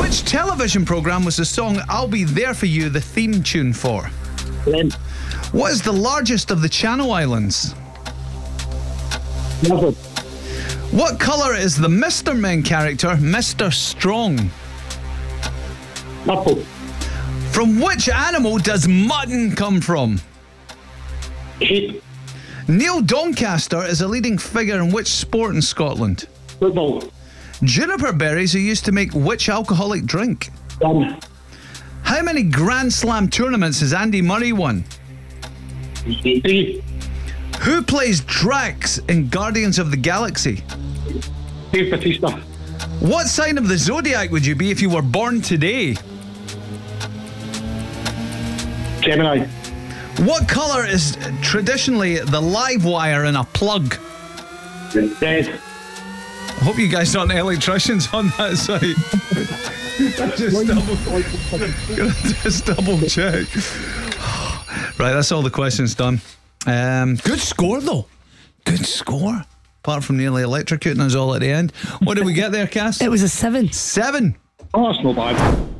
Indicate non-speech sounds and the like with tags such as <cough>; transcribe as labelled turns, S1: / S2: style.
S1: Which television programme was the song I'll Be There For You the theme tune for?
S2: Glen,
S1: What is the largest of the Channel Islands?
S2: Norfolk,
S1: What colour is the Mr. Men character, Mr. Strong?
S2: Norfolk,
S1: From which animal does mutton come from?
S2: sheep,
S1: Neil Doncaster is a leading figure in which sport in Scotland?
S2: football,
S1: Juniper berries are used to make which alcoholic drink?
S2: done.
S1: How many Grand Slam tournaments has Andy Murray won?
S2: Three,
S1: Who plays Drax in Guardians of the Galaxy?
S2: Dave Batista,
S1: What sign of the zodiac would you be if you were born today?
S2: Gemini,
S1: What colour is traditionally the live wire in a plug?
S2: Dead,
S1: I hope you guys aren't electricians on that site. <laughs> just, double, <laughs> just double check. <sighs> Right, that's all the questions done. Um, good score, though. Good score. Apart from nearly electrocuting us all at the end. What did we get there, Cass?
S3: It was a seven.
S1: Seven.
S2: Oh, that's not bad.